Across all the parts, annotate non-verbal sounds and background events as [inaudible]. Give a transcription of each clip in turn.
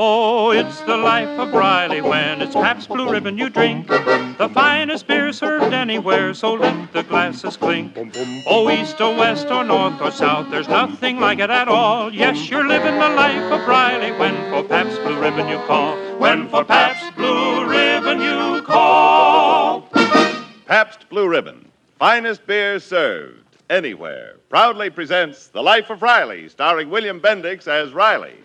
Oh, it's the life of Riley when it's Pabst Blue Ribbon you drink. The finest beer served anywhere, so let the glasses clink. Oh, east or west or north or south, there's nothing like it at all. Yes, you're living the life of Riley when for Pabst Blue Ribbon you call. When for Pabst Blue Ribbon you call. Pabst Blue Ribbon, finest beer served anywhere, proudly presents The Life of Riley, starring William Bendix as Riley.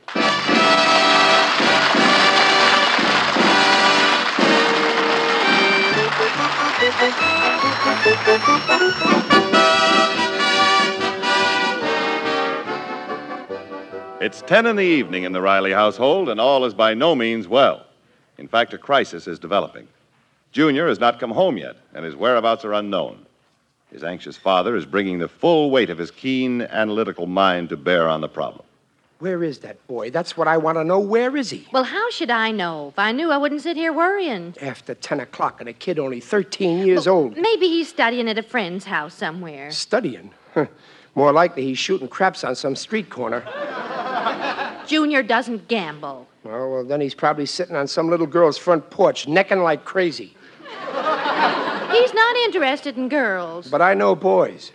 It's 10 in the evening in the Riley household, and all is by no means well. In fact, a crisis is developing. Junior has not come home yet, and his whereabouts are unknown. His anxious father is bringing the full weight of his keen analytical mind to bear on the problem. Where is that boy? That's what I want to know. Where is he? Well, how should I know? If I knew, I wouldn't sit here worrying. After 10 o'clock and a kid only 13 years old. Maybe he's studying at a friend's house somewhere. Studying. Huh. More likely he's shooting craps on some street corner. Junior doesn't gamble. Oh, well, then he's probably sitting on some little girl's front porch, necking like crazy. He's not interested in girls. But I know boys.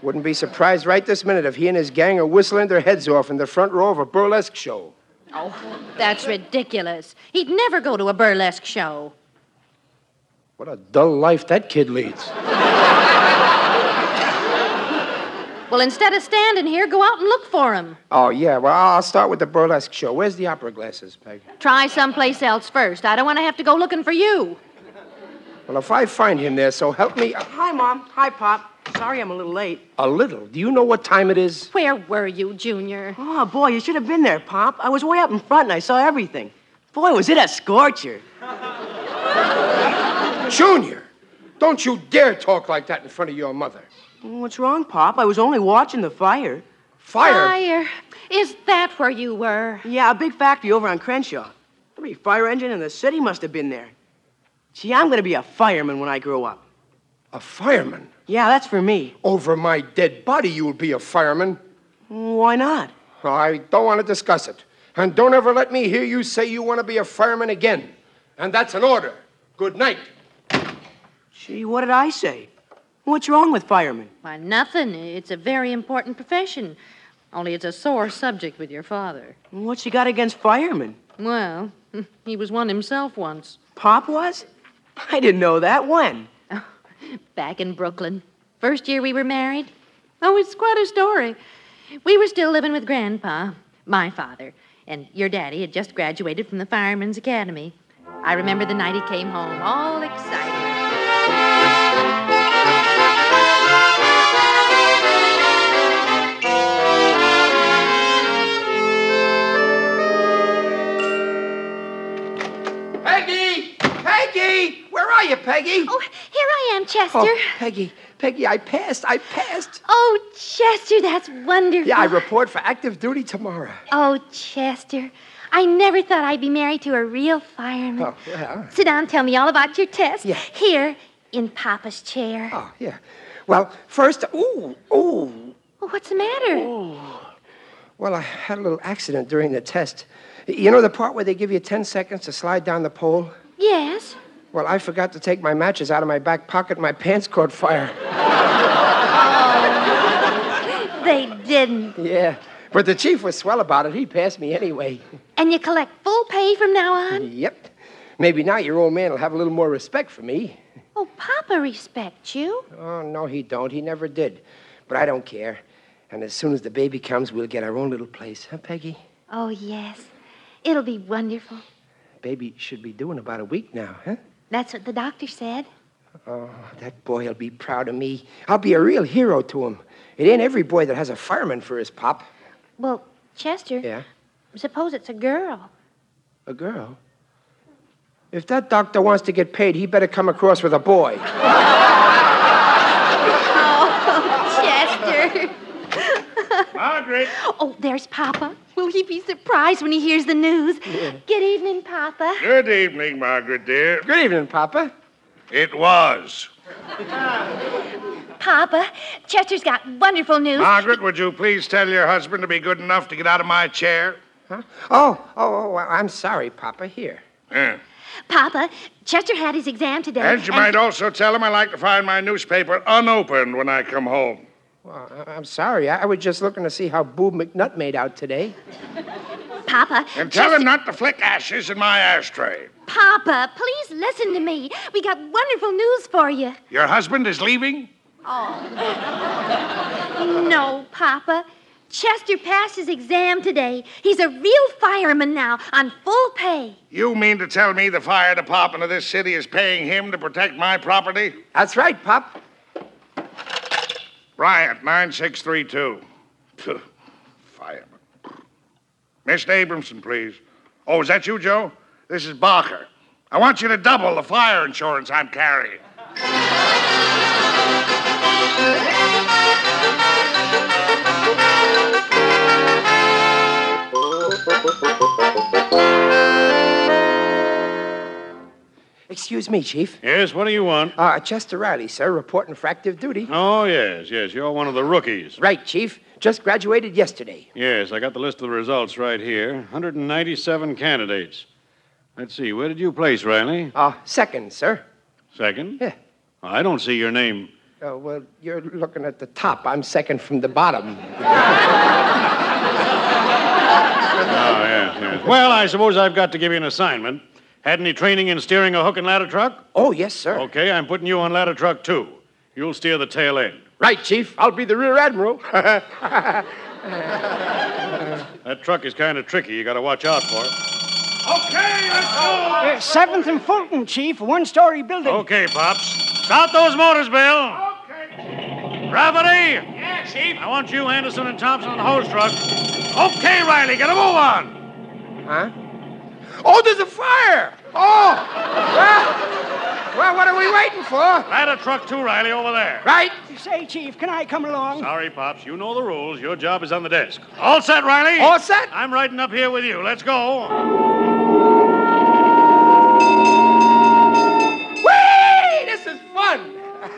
Wouldn't be surprised right this minute if he and his gang are whistling their heads off in the front row of a burlesque show. Oh, that's ridiculous. He'd never go to a burlesque show. What a dull life that kid leads. Well, instead of standing here, go out and look for him. Oh, yeah, well, I'll start with the burlesque show. Where's the opera glasses, Peg? Try someplace else first. I don't want to have to go looking for you. Well, if I find him there, so help me a- Hi, Mom. Hi, Pop. Sorry I'm a little late. a little. Do you know what time it is? Where were you, Junior? Oh, boy, you should have been there, Pop. I was way up in front and I saw everything. Boy, was it a scorcher. [laughs] Junior! Don't you dare talk like that in front of your mother. What's wrong, Pop? I was only watching the fire. Fire. Is that where you were? Yeah, a big factory over on Crenshaw. Every fire engine in the city must have been there. Gee, I'm going to be a fireman when I grow up. A fireman? Oh. Yeah, that's for me. Over my dead body, you will be a fireman. Why not? I don't want to discuss it. And don't ever let me hear you say you want to be a fireman again. And that's an order. Good night. Gee, what did I say? What's wrong with firemen? Why, nothing. It's a very important profession. Only it's a sore subject with your father. What's he got against firemen? Well, [laughs] he was one himself once, Pop was? I didn't know that. When? back in Brooklyn. First year we were married. Oh, it's quite a story. We were still living with Grandpa, my father, and your daddy had just graduated from the Firemen's Academy. I remember the night he came home, Oh, all excited. Peggy! Peggy! Where are you, Peggy? Oh, here I am, Chester. Oh, Oh, Peggy, Peggy, I passed. I passed. Chester, that's wonderful. Yeah, I report for active duty tomorrow. Oh, Chester, I never thought I'd be married to a real Um, fireman. Oh, yeah. Sit down, tell me all about your test. Yeah. Here, in Papa's chair. Oh, yeah. Well, first, ooh, ooh. Well, what's the matter? Well, I had a little accident during the test. You know the part where they give you 10 seconds to slide down the pole? Yes. Well, I forgot to take my matches out of my back pocket. My pants caught fire. They didn't. Yeah. But the chief was swell about it. He passed me anyway. And you collect full pay from now on? Yep. Maybe now your old man will have a little more respect for me. Oh, Papa respects you. Oh, no, he don't. He never did. But I don't care. And as soon as the baby comes, we'll get our own little place. Huh, Peggy? Oh, yes. It'll be wonderful. Baby should be doing about a week now, huh? That's what the doctor said. Oh, that boy will be proud of me. I'll be a real hero to him. It ain't every boy that has a fireman for his pop. Well, Chester, Yeah? suppose it's a girl. [laughs] A girl? If that doctor wants to get paid, he better come across with a boy. Chester. [laughs] Margaret! Oh, there's Papa. Will he be surprised when he hears the news? Good evening, Papa. Good evening, Margaret, dear. Good evening, Papa. It was. Papa, Chester's got wonderful news. Margaret, would you please tell your husband to be good enough to get out of my chair? Huh? Oh, oh, oh, I'm sorry, Papa. Here. Yeah. Papa, Chester had his exam today. And you might also tell him I like to find my newspaper unopened when I come home. Well, I- I'm sorry. I I was just looking to see how Boo McNutt made out today. Papa, And tell him not to flick ashes in my ashtray. Papa, please listen to me. We got wonderful news for you. Your husband is leaving? No, Papa. Chester passed his exam today. He's a real fireman now on full pay. You mean to tell me the fire department of this city is paying him to protect my property? That's right, Pop. Riot 9632. Phew, Fireman. Mr. Abramson, please. Oh, is that you, Joe? This is Barker. I want you to double the fire insurance I'm carrying. Excuse me, Chief. Yes, what do you want? Uh, Chester Riley, sir, reporting for active duty. Oh, yes, yes, you're one of the rookies. Right, Chief. Just graduated yesterday. Yes, I got the list of the results right here 197 candidates. Let's see, where did you place, Riley? Uh, second, sir. Second? Yeah. I don't see your name. Oh, well, you're looking at the top. I'm second from the bottom. Oh, yes, yes. Well, I suppose I've got to give you an assignment. Had any training in steering a hook and ladder truck? Oh, yes, sir. Okay, I'm putting you on ladder truck two. You'll steer the tail end. Right, Chief. I'll be the rear admiral. [laughs] That truck is kind of tricky. You got to watch out for it. Okay, let's go! Seventh and Fulton, Chief. One story building. Okay, Pops. Stop those motors, Bill. Gravity! Yeah, Chief. I want you, Anderson, and Thompson on the hose truck. Okay, Riley, get a move on! huh? Oh, there's a fire! Oh! Well, well, what are we waiting for? Ladder truck two, Riley, over there. Right? Say, Chief, can I come along? Sorry, Pops. You know the rules. Your job is on the desk. All set, Riley? All set? I'm riding up here with you. Let's go. Whee! This is fun!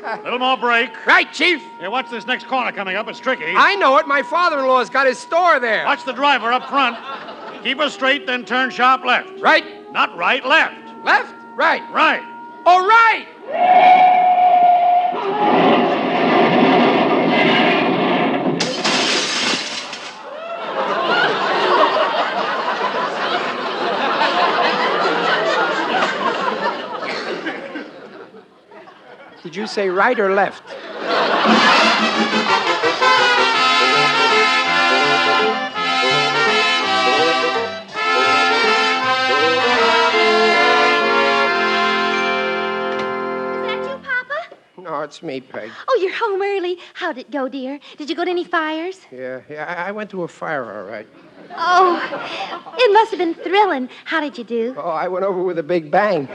A [laughs] little more break. right, Chief. Hey, watch this next corner coming up. It's tricky. I know it. My father-in-law's got his store there. Watch the driver up front. Keep her straight, then turn sharp left. Right, Not right, left. left, right. Right. All right! Did you say right or left? Is that you, Papa? No, it's me, Peg. Oh, you're home early. How'd it go, dear? Did you go to any fires? Yeah, yeah, I, I went to a fire, all right. Oh, it must have been thrilling. How did you do? Oh, I went over with a big bang.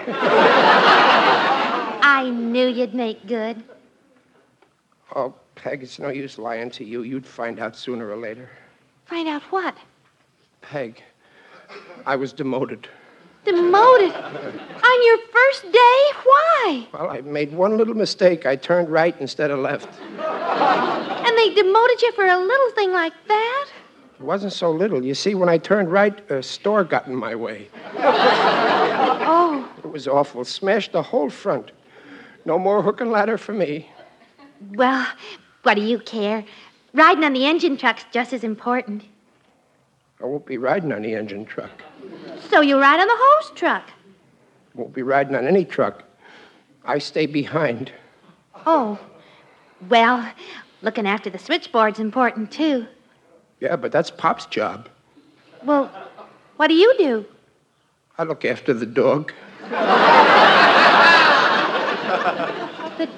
I knew you'd make good. Oh, Peg, it's no use lying to you. You'd find out sooner or later. Find out what? Peg, I was demoted. Demoted. On your first day? Why? Well, I made one little mistake. I turned right instead of left. And they demoted you for a little thing like that? It wasn't so little. You see, when I turned right, a store got in my way. Oh, It was awful. Smashed the whole front. No more hook and ladder for me. well, what do you care? Riding on the engine truck's just as important. I won't be riding on the engine truck. So you ride on the hose truck. Won't be riding on any truck. I stay behind. Oh, well, looking after the switchboard's important, too. Yeah, but that's Pop's job. Well, what do you do? [laughs] I look after the dog.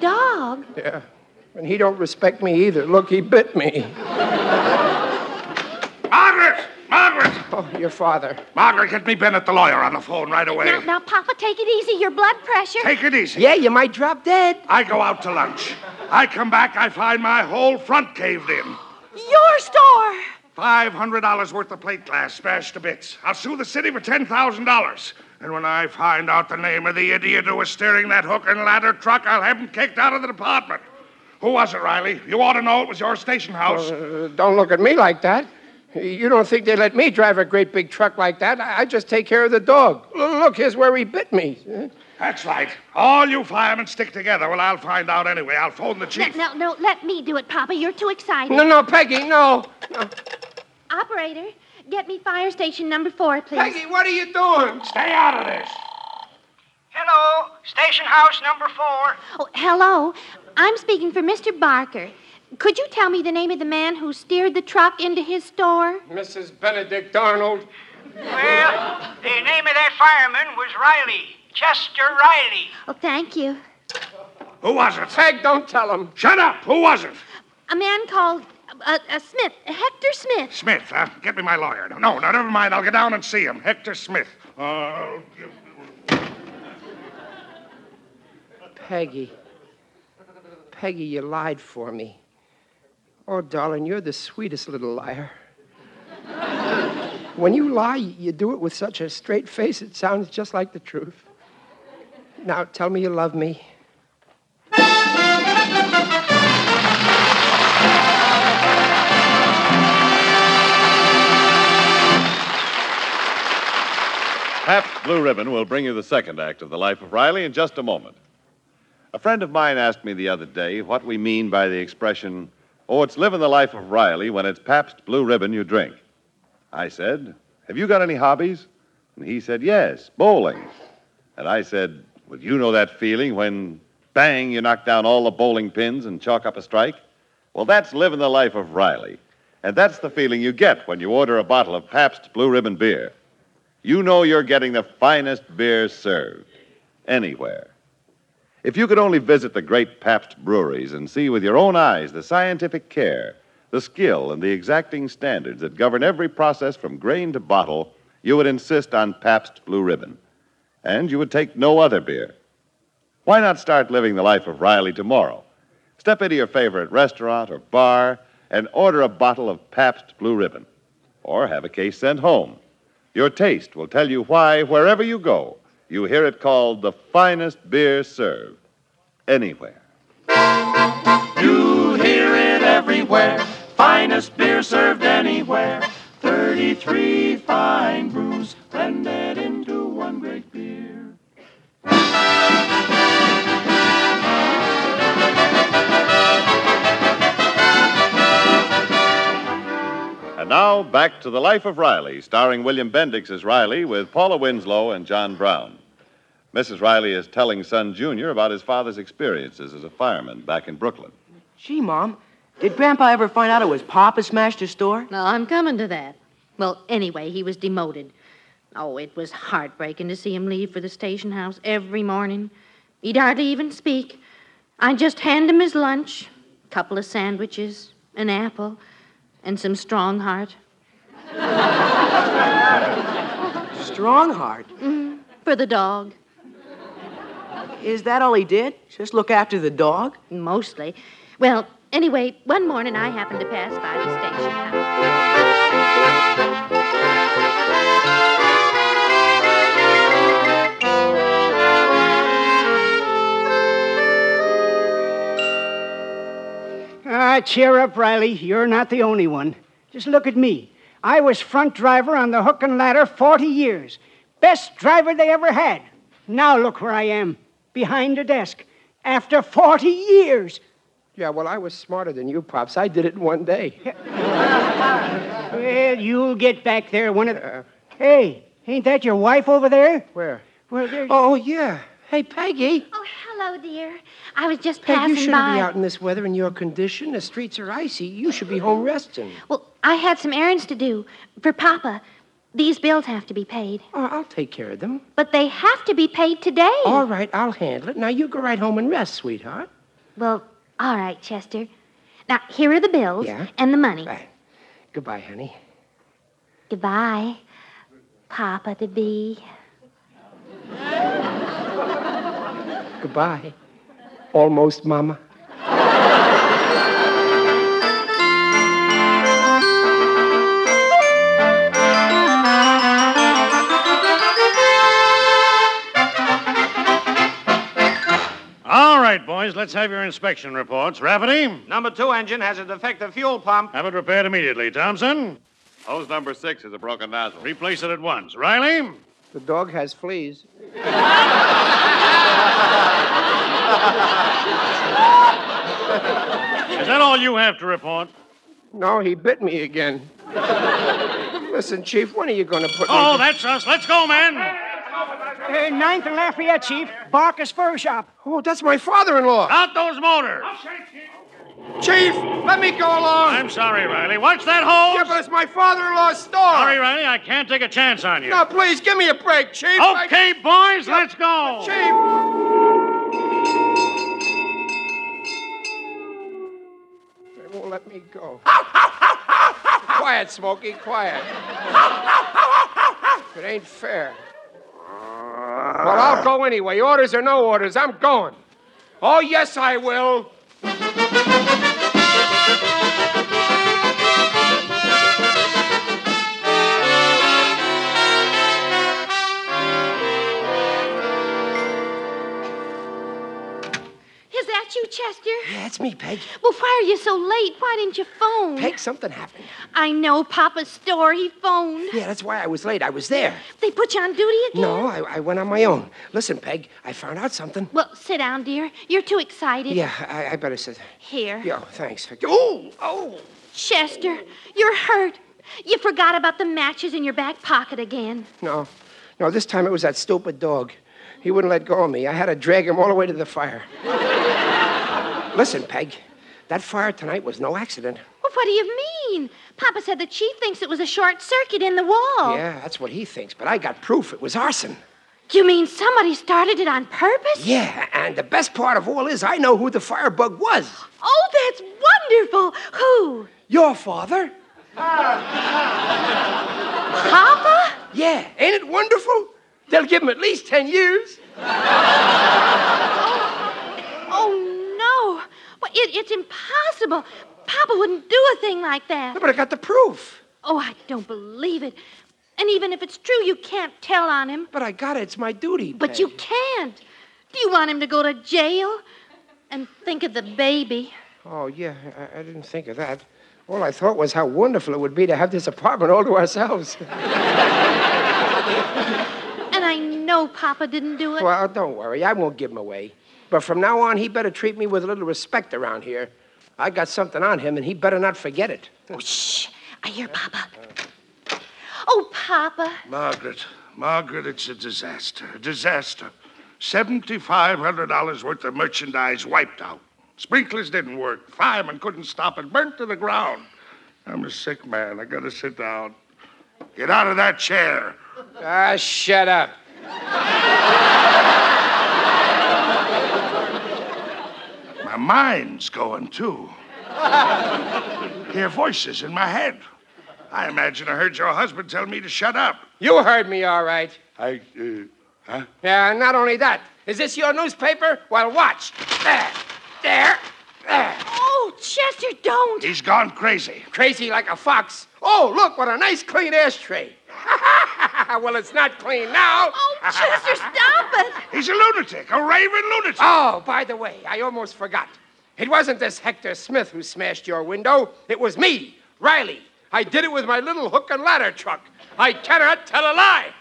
dog? Yeah. And he don't respect me either. Look, he bit me. Margaret! Margaret! Oh, your father. Margaret, get me Bennett the lawyer on the phone right away. Now, now, Papa, take it easy. Your blood pressure. Take it easy. Yeah, you might drop dead. I go out to lunch. I come back, I find my whole front caved in. Your store. $500 worth of plate glass smashed to bits. I'll sue the city for $10,000. And when I find out the name of the idiot who was steering that hook and ladder truck, I'll have him kicked out of the department. Who was it, Riley? You ought to know it was your station house. Uh, Don't look at me like that. You don't think they let me drive a great big truck like that? I I just take care of the dog. L- Look, here's where he bit me. Uh, That's right. All you firemen stick together. Well, I'll find out anyway. I'll phone the Now, chief. no, no, let me do it, Papa. You're too excited. No, no, Peggy, no. No. Operator, get me fire station number four, please. Peggy, what are you doing? Stay out of this. Hello, station house number four. Oh, hello. I'm speaking for Mr. Barker. Could you tell me the name of the man who steered the truck into his store? Mrs. Benedict Arnold. Well, the name of that fireman was Riley, Chester Riley. Oh, thank you. Who was it? Peg, don't tell him. Shut up. Who was it? A man called uh, uh, Smith, Hector Smith. Smith, huh? Get me my lawyer. No, no, never mind. I'll go down and see him. Hector Smith. Uh, Peggy. Peggy, you lied for me. Oh, darling, you're the sweetest little liar. [laughs] when you lie, you do it with such a straight face, it sounds just like the truth. Now, tell me you love me. Pabst Blue Ribbon will bring you the second act of The Life of Riley in just a moment. A friend of mine asked me the other day what we mean by the expression, oh, it's living the life of Riley when it's Pabst Blue Ribbon you drink. I said, have you got any hobbies? And he said, yes, bowling. And I said, well, you know that feeling when, bang, you knock down all the bowling pins and chalk up a strike? Well, that's living the life of Riley. And that's the feeling you get when you order a bottle of Pabst Blue Ribbon beer you know you're getting the finest beer served anywhere. If you could only visit the great Pabst breweries and see with your own eyes the scientific care, the skill, and the exacting standards that govern every process from grain to bottle, you would insist on Pabst Blue Ribbon. And you would take no other beer. Why not start living the life of Riley tomorrow? Step into your favorite restaurant or bar and order a bottle of Pabst Blue Ribbon, or have a case sent home. Your taste will tell you why, wherever you go, you hear it called the finest beer served anywhere. You hear it everywhere. Finest beer served anywhere. 33 fine brews blended into one great beer. And now, back to The Life of Riley, starring William Bendix as Riley with Paula Winslow and John Brown. Mrs. Riley is telling son Junior about his father's experiences as a fireman back in Brooklyn. Gee, Mom, did Grandpa ever find out it was Papa smashed his store? Well, I'm coming to that. Well, anyway, he was demoted. Oh, it was heartbreaking to see him leave for the station house every morning. He'd hardly even speak. I'd just hand him his lunch, a couple of sandwiches, an apple, and some strong heart. Strongheart. For the dog, Is that all he did? Just look after the dog? mostly. Well, anyway, one morning I happened to pass by the station house. Ah, cheer up, Riley. You're not the only one. Just look at me. I was front driver on the hook and ladder 40 years. Best driver they ever had. Now look where I am behind a desk. After 40 years. Yeah, well, I was smarter than you, Pops. I did it in one [laughs] day. Well, you'll get back there one of. hey, ain't that your wife over there? Uh-uh. Where? Well, there's. Oh, yeah. Hey, Peggy. Oh, hello, dear. I was just Peg, passing you shouldn't by. be out in this weather in your condition. The streets are icy. You should be home resting. Well, I had some errands to do for Papa. These bills have to be paid, Oh, I'll take care of them. but they have to be paid today. All right, I'll handle it. Now you go right home and rest, sweetheart. Well, all right, Chester. Now, here are the bills and the money. Goodbye, honey. Goodbye, Papa to be. Goodbye. Almost, Mama. All right, boys, let's have your inspection reports. Rafferty, Number two engine has a defective fuel pump. have it repaired immediately. Thompson, Hose number six is a broken nozzle. replace it at once. Riley, The dog has [laughs] fleas. is that all you have to report? No, he bit me again. Listen, Chief, when are you going to put Oh, me... that's us. Let's go, man. Uh, Ninth and Lafayette, Chief. Barker's Fur Shop. Oh, that's my father-in-law. Out those motors. Chief, let me go along. I'm sorry, Riley. Watch that hose. Yeah, but it's my father-in-law's store. Sorry, Riley, I can't take a chance on you. Now, please, give me a break, Chief. I- Okay, boys, let's go. Chief! They won't let me go. quiet, Smokey, quiet. it ain't fair. Well, I'll go anyway. Orders or no orders, I'm going. Oh, yes, I will. Is that you, Chester? Yeah, it's me, Peg. Well, why are you so late? Why didn't you phone? Peg, something happened. I know Papa's store. He phoned. Yeah, that's why I was late. I was there. They put you on duty again? No, I, I went on my own. Listen, Peg, I found out something. Well, sit down, dear. You're too excited. Yeah, I, I better sit. Here. Yo, thanks. Oh, oh. Chester, you're hurt. You forgot about the matches in your back pocket again. No, no, this time it was that stupid dog. He wouldn't let go of me. I had to drag him all the way to the fire. Listen, Peg, that fire tonight was no accident. Well, what do you mean? Papa said the chief thinks it was a short circuit in the wall. Yeah, that's what he thinks, but I got proof it was arson. You mean somebody started it on purpose? Yeah, and the best part of all is I know who the firebug was. Oh, that's wonderful. Who? Your father? Papa? Yeah, ain't it wonderful? They'll give him at least 10 years. Oh, no. Well, it, it's impossible. Papa wouldn't do a thing like that. But I got the proof. Oh, I don't believe it. And even if it's true, you can't tell on him. But I got it. It's my duty. But Peg. you can't. Do you want him to go to jail? And think of the baby. [laughs] Oh, yeah, I, I didn't think of that. All I thought was how wonderful it would be to have this apartment all to [laughs] ourselves. And I know Papa didn't do it. Well, don't worry. I won't give him away. But from now on, he better treat me with a little respect around here. I got something on him, and he better not forget it. Oh, shh. I hear Papa. Oh, Papa. Margaret, Margaret, it's a disaster. A disaster. $7,500 worth of merchandise wiped out. Sprinklers didn't work. Firemen couldn't stop it. Burnt to the ground. I'm a sick man. I gotta sit down. Get out of that chair. Ah, shut up. My mind's going too. Hear voices in my head. I imagine I heard your husband tell me to shut up. You heard me all right. I, uh, huh? Yeah, and not only that. Is this your newspaper? Well, watch. There. There. There. Oh, Chester, don't. He's gone crazy. Crazy like a fox. Oh, look, what a nice clean ashtray. [laughs] well, it's not clean now. Oh, Chester, stop it. He's a lunatic, a raving lunatic. Oh, by the way, I almost forgot. It wasn't this Hector Smith who smashed your window. It was me, Riley. I did it with my little hook and ladder truck. I cannot tell a lie.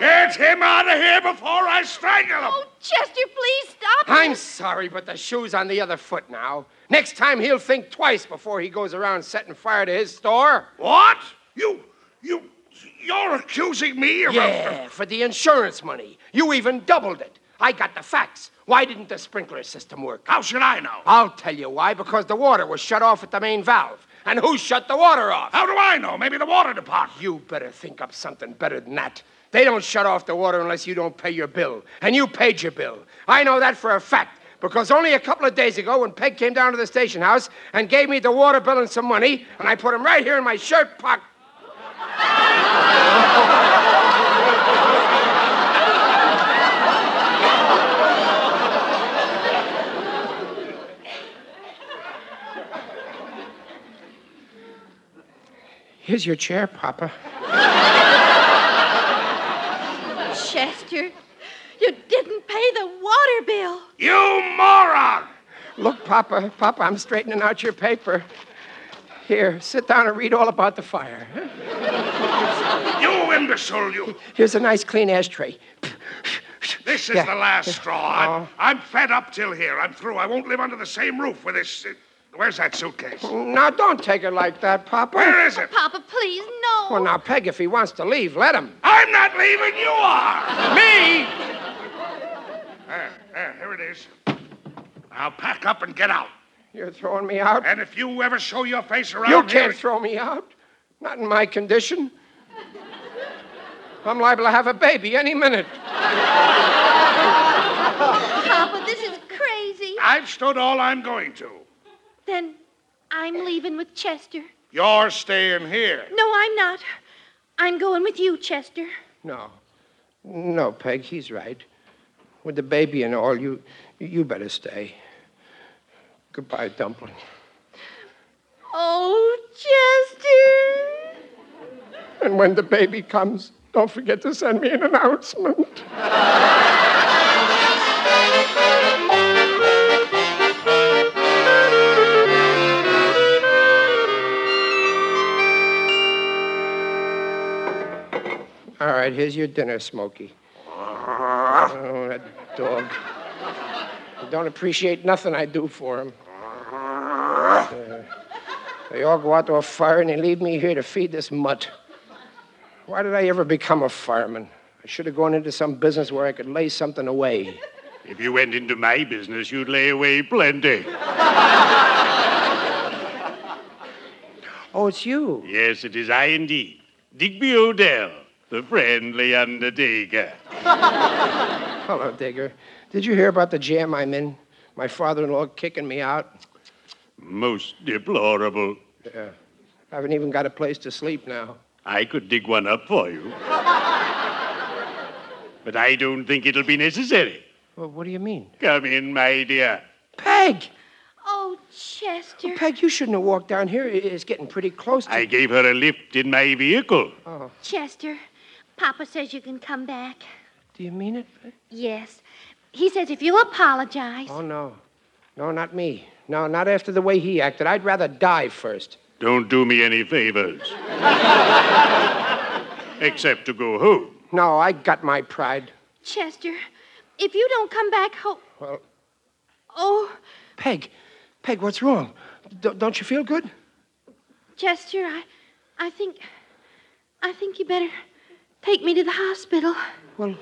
Get him out of here before I strangle him. Oh, Chester, please stop it. I'm sorry, but the shoe's on the other foot now. Next time he'll think twice before he goes around setting fire to his store. What? You, you, you're accusing me of. Yeah, for the insurance money. You even doubled it. I got the facts. Why didn't the sprinkler system work? How should I know? I'll tell you why. Because the water was shut off at the main valve. And who shut the water off? How do I know? Maybe the water department. You better think up something better than that. They don't shut off the water unless you don't pay your bill. And you paid your bill. I know that for a fact. Because only a couple of days ago, when Peg came down to the station house and gave me the water bill and some money, and I put him right here in my shirt pocket. Here's your chair, Papa. Chester, you didn't pay the water bill. You moron! Look, Papa, Papa, I'm straightening out your paper. Here, sit down and read all about the fire. You imbecile, you. Here's a nice clean ashtray. This is Yeah. Uh-huh. the last straw. I'm, I'm fed up till here. I'm through. I won't live under the same roof with this. uh, where's that suitcase? Now, don't take it like that, Oh, Papa. Where is it? Papa, please, no. Well, now, Peg, if he wants to leave, let him. I'm not leaving. You are. Me? There, there, here it is. Now pack up and get out. You're throwing me out? And if you ever show your face around You here, can't throw me out. Not in my condition. I'm liable to have a baby any minute. Papa, this is crazy. I've stood all I'm going to. Then I'm leaving with Chester. You're staying here. No, I'm not. I'm going with you, Chester. No. No, Peg, he's right. With the baby and all, you you better stay. Goodbye, Dumpling. Oh, Chester. And when the baby comes, don't forget to send me an announcement. All right, here's your dinner, Smokey. Oh, that dog. He don't appreciate nothing I do for him. Uh, they all go out to a fire and they leave me here to feed this mutt. Why did I ever become a fireman? I should have gone into some business where I could lay something [laughs] away. If you went into my business, you'd lay away plenty. [laughs] Oh, it's you. Yes, it is I indeed. Digby Odell, the friendly undertaker. Hello, Digger. Did you hear about the jam I'm in? My father in law kicking me out? Most deplorable. Yeah. I haven't even got a place to sleep now. I could dig one up for you. but I don't think it'll be necessary. Well, what do you mean? Come in, my dear. Peg! Oh, Chester. Peg, you shouldn't have walked down here. It- It's getting pretty close to. I gave her a lift in my vehicle. Oh, Chester, Papa says you can come back. do you mean it? Yes. He says if you'll apologize. Oh, no. No, not me. No, not after the way he acted. I'd rather die first. Don't do me any favors. Except to go home. No, I got my pride. Chester, if you don't come back home. Well, Oh, Peg, Peg, what's wrong? D- don't you feel good? Chester, I, I think. I think you better take me to the hospital. Well,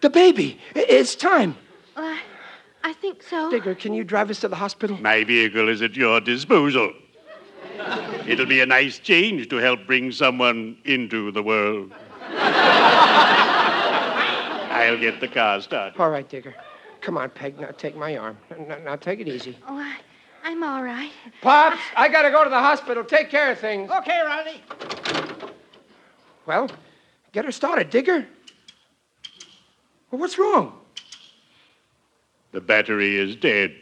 the baby. I- It's time. I, Uh, I think so. Digger, can you drive us to the hospital? My vehicle is at your disposal. It'll be a nice change to help bring someone into the world. I'll get the car started. All right, Digger. Come on, Peg. Now take my arm. N- n- now take it easy. Oh, I, I'm all right. Pops, I gotta go to the hospital. Take care of things. Okay, Riley. Well, get her started, Digger. Well, what's wrong? The battery is dead.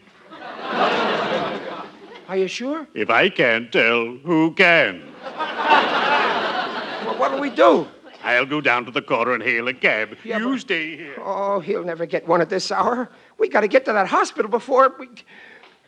Are you sure? If I can't tell, who can? Well, what'll we do? I'll go down to the corner and hail a cab. you stay here. Oh, he'll never get one at this hour. We gotta get to that hospital before we.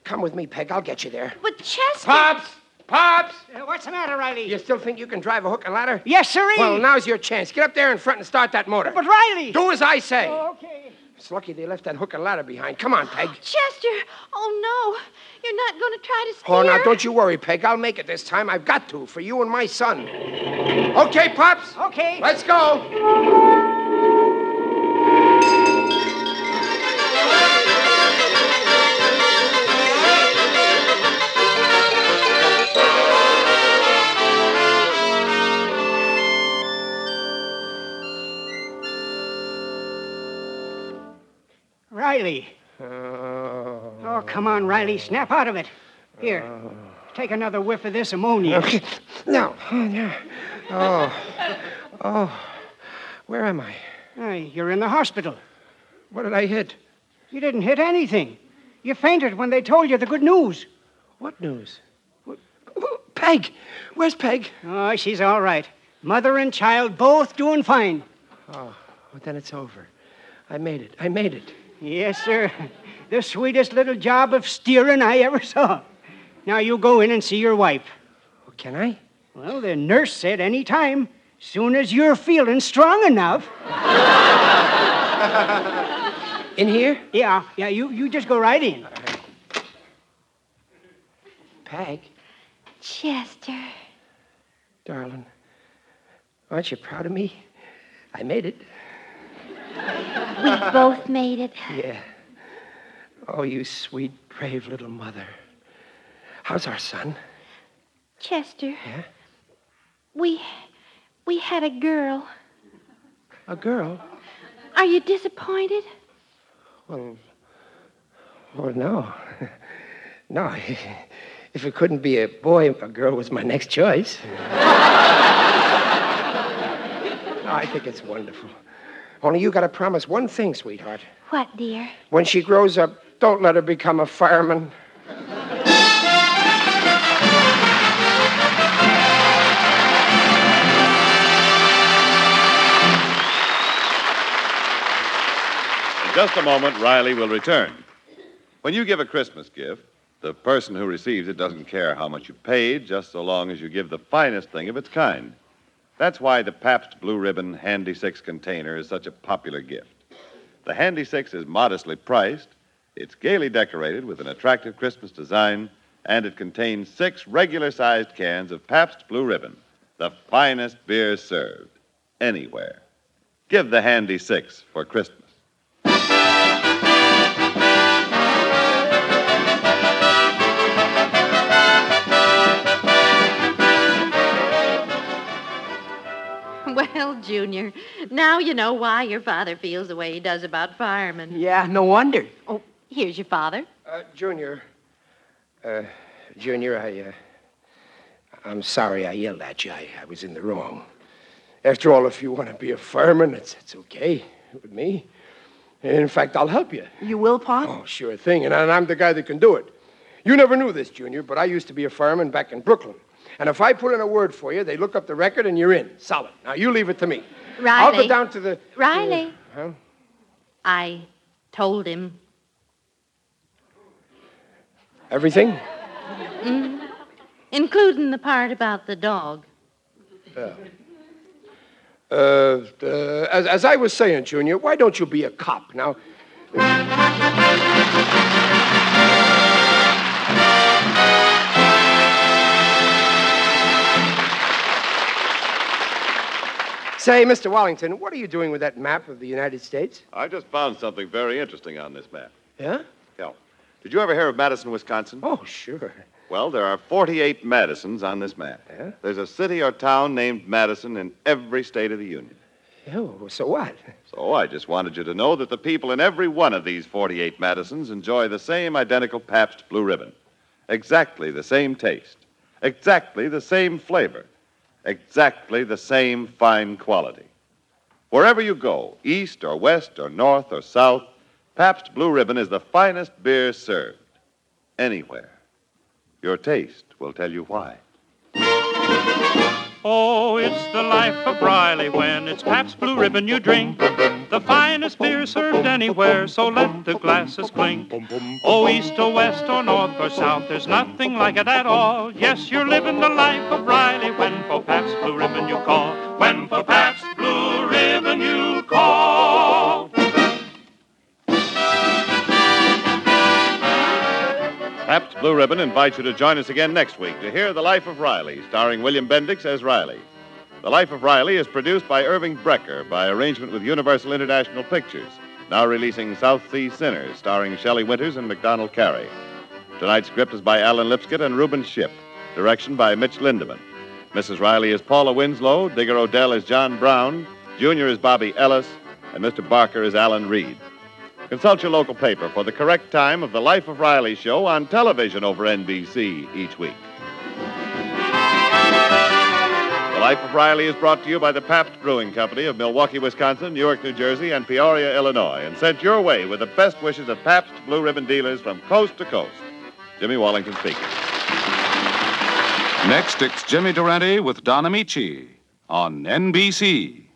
Come with me, Peg. I'll get you there. But Chester. Pops! Pops! Uh, what's the matter, Riley? You still think you can drive a hook and ladder? Yes, sirree. Well, now's your chance. Get up there in front and start that motor. But Riley. Oh. Do as I say. Okay. It's lucky they left that hook and ladder behind. Come on, Peg. Chester, oh no. You're not going to try to steer. Oh, now don't you worry, Peg. I'll make it this time. I've got to for you and my son. Okay, Pops. Okay. Let's go. Riley. Oh, come on, Riley. Snap out of it. Here, take another whiff of this ammonia. No. Oh. Oh. Where am I? Uh, you're in the hospital. What did I hit? You didn't hit anything. You fainted when they told you the good news. What news? Peg! Where's Peg? Oh, she's all right. Mother and child both doing fine. Oh, well, then it's over. I made it. I made it. Yes, sir. The sweetest little job of steering I ever saw. Now you go in and see your wife. Oh, Can I? Well, the nurse said any time, soon as you're feeling strong enough. In here? Yeah, yeah, you, you just go right in. Peg, Chester. darling, aren't you proud of me? I made it. We both made it. Yeah. Oh, you sweet, brave little mother. How's our son? Chester. We we had a girl. A girl? Are you disappointed? Well, well, no. [laughs] No, if it couldn't be a boy, a girl was my next choice. [laughs] No, I think it's wonderful. Only you gotta promise one thing, sweetheart. What, dear? When she grows up, don't let her become a fireman. In just a moment, Riley will return. When you give a Christmas gift, the person who receives it doesn't care how much you paid, just so long as you give the finest thing of its kind. That's why the Pabst Blue Ribbon Handy Six container is such a popular gift. The Handy Six is modestly priced, it's gaily decorated with an attractive Christmas design, and it contains six regular sized cans of Pabst Blue Ribbon, the finest beer served anywhere. Give the Handy Six for Christmas. [laughs] Well, Junior, now you know why your father feels the way he does about firemen. Yeah, no wonder. Oh, here's your father. Uh, Junior. Uh, Junior, I, uh, I'm sorry I yelled at you. I, I was in the wrong. After all, if you want to be a fireman, it's, it's okay with me. In fact, I'll help you. You will, Pop? Oh, sure thing. And, and I'm the guy that can do it. You never knew this, Junior, but I used to be a fireman back in Brooklyn. And if I put in a word for you, they look up the record and you're in. Solid. Now, you leave it to me. I'll go Riley. down to the. Riley. Huh? I told him. Everything? Mm, including the part about the dog. Yeah. Uh, uh, as, as I was saying, Junior, why don't you be a cop? Now, Say, Mr. Wallington, what are you doing with that map of the United States? I just found something very interesting on this map. Yeah? Yeah. Did you ever hear of Madison, Wisconsin? Oh, sure. Well, there are 48 Madisons on this map. Yeah? There's a city or town named Madison in every state of the Union. Oh, so what? So I just wanted you to know that the people in every one of these 48 Madisons enjoy the same identical Pabst Blue Ribbon. Exactly the same taste. Exactly the same flavor. Exactly the same fine quality. Wherever you go, east or west or north or south, Pabst Blue Ribbon is the finest beer served. Anywhere. Your taste will tell you why. Oh, it's the life of Riley when it's Pabst Blue Ribbon you drink. The finest beer served anywhere, so let the glasses clink. Oh, east or west or north or south, there's nothing like it at all. Yes, you're living the life of Riley when for Pabst Blue Ribbon you call. When for Pabst Blue Ribbon you call. Pabst Blue Ribbon invites you to join us again next week to hear The Life of Riley, starring William Bendix as Riley. The Life of Riley is produced by Irving Brecker by arrangement with Universal International Pictures, now releasing South Sea Sinners, starring Shelley Winters and McDonald Carey. Tonight's script is by Alan Lipscott and Reuben Ship, direction by Mitch Lindeman. Mrs. Riley is Paula Winslow, Digger Odell is John Brown, Junior is Bobby Ellis, and Mr. Barker is Alan Reed. Consult your local paper for the correct time of the Life of Riley show on television over NBC each week. The Life of Riley is brought to you by the Pabst Brewing Company of Milwaukee, Wisconsin, Newark, New Jersey, and Peoria, Illinois, and sent your way with the best wishes of Pabst Blue Ribbon dealers from coast to coast. Jimmy Wallington speaking. Next, it's Jimmy Durante with Don Amici on NBC.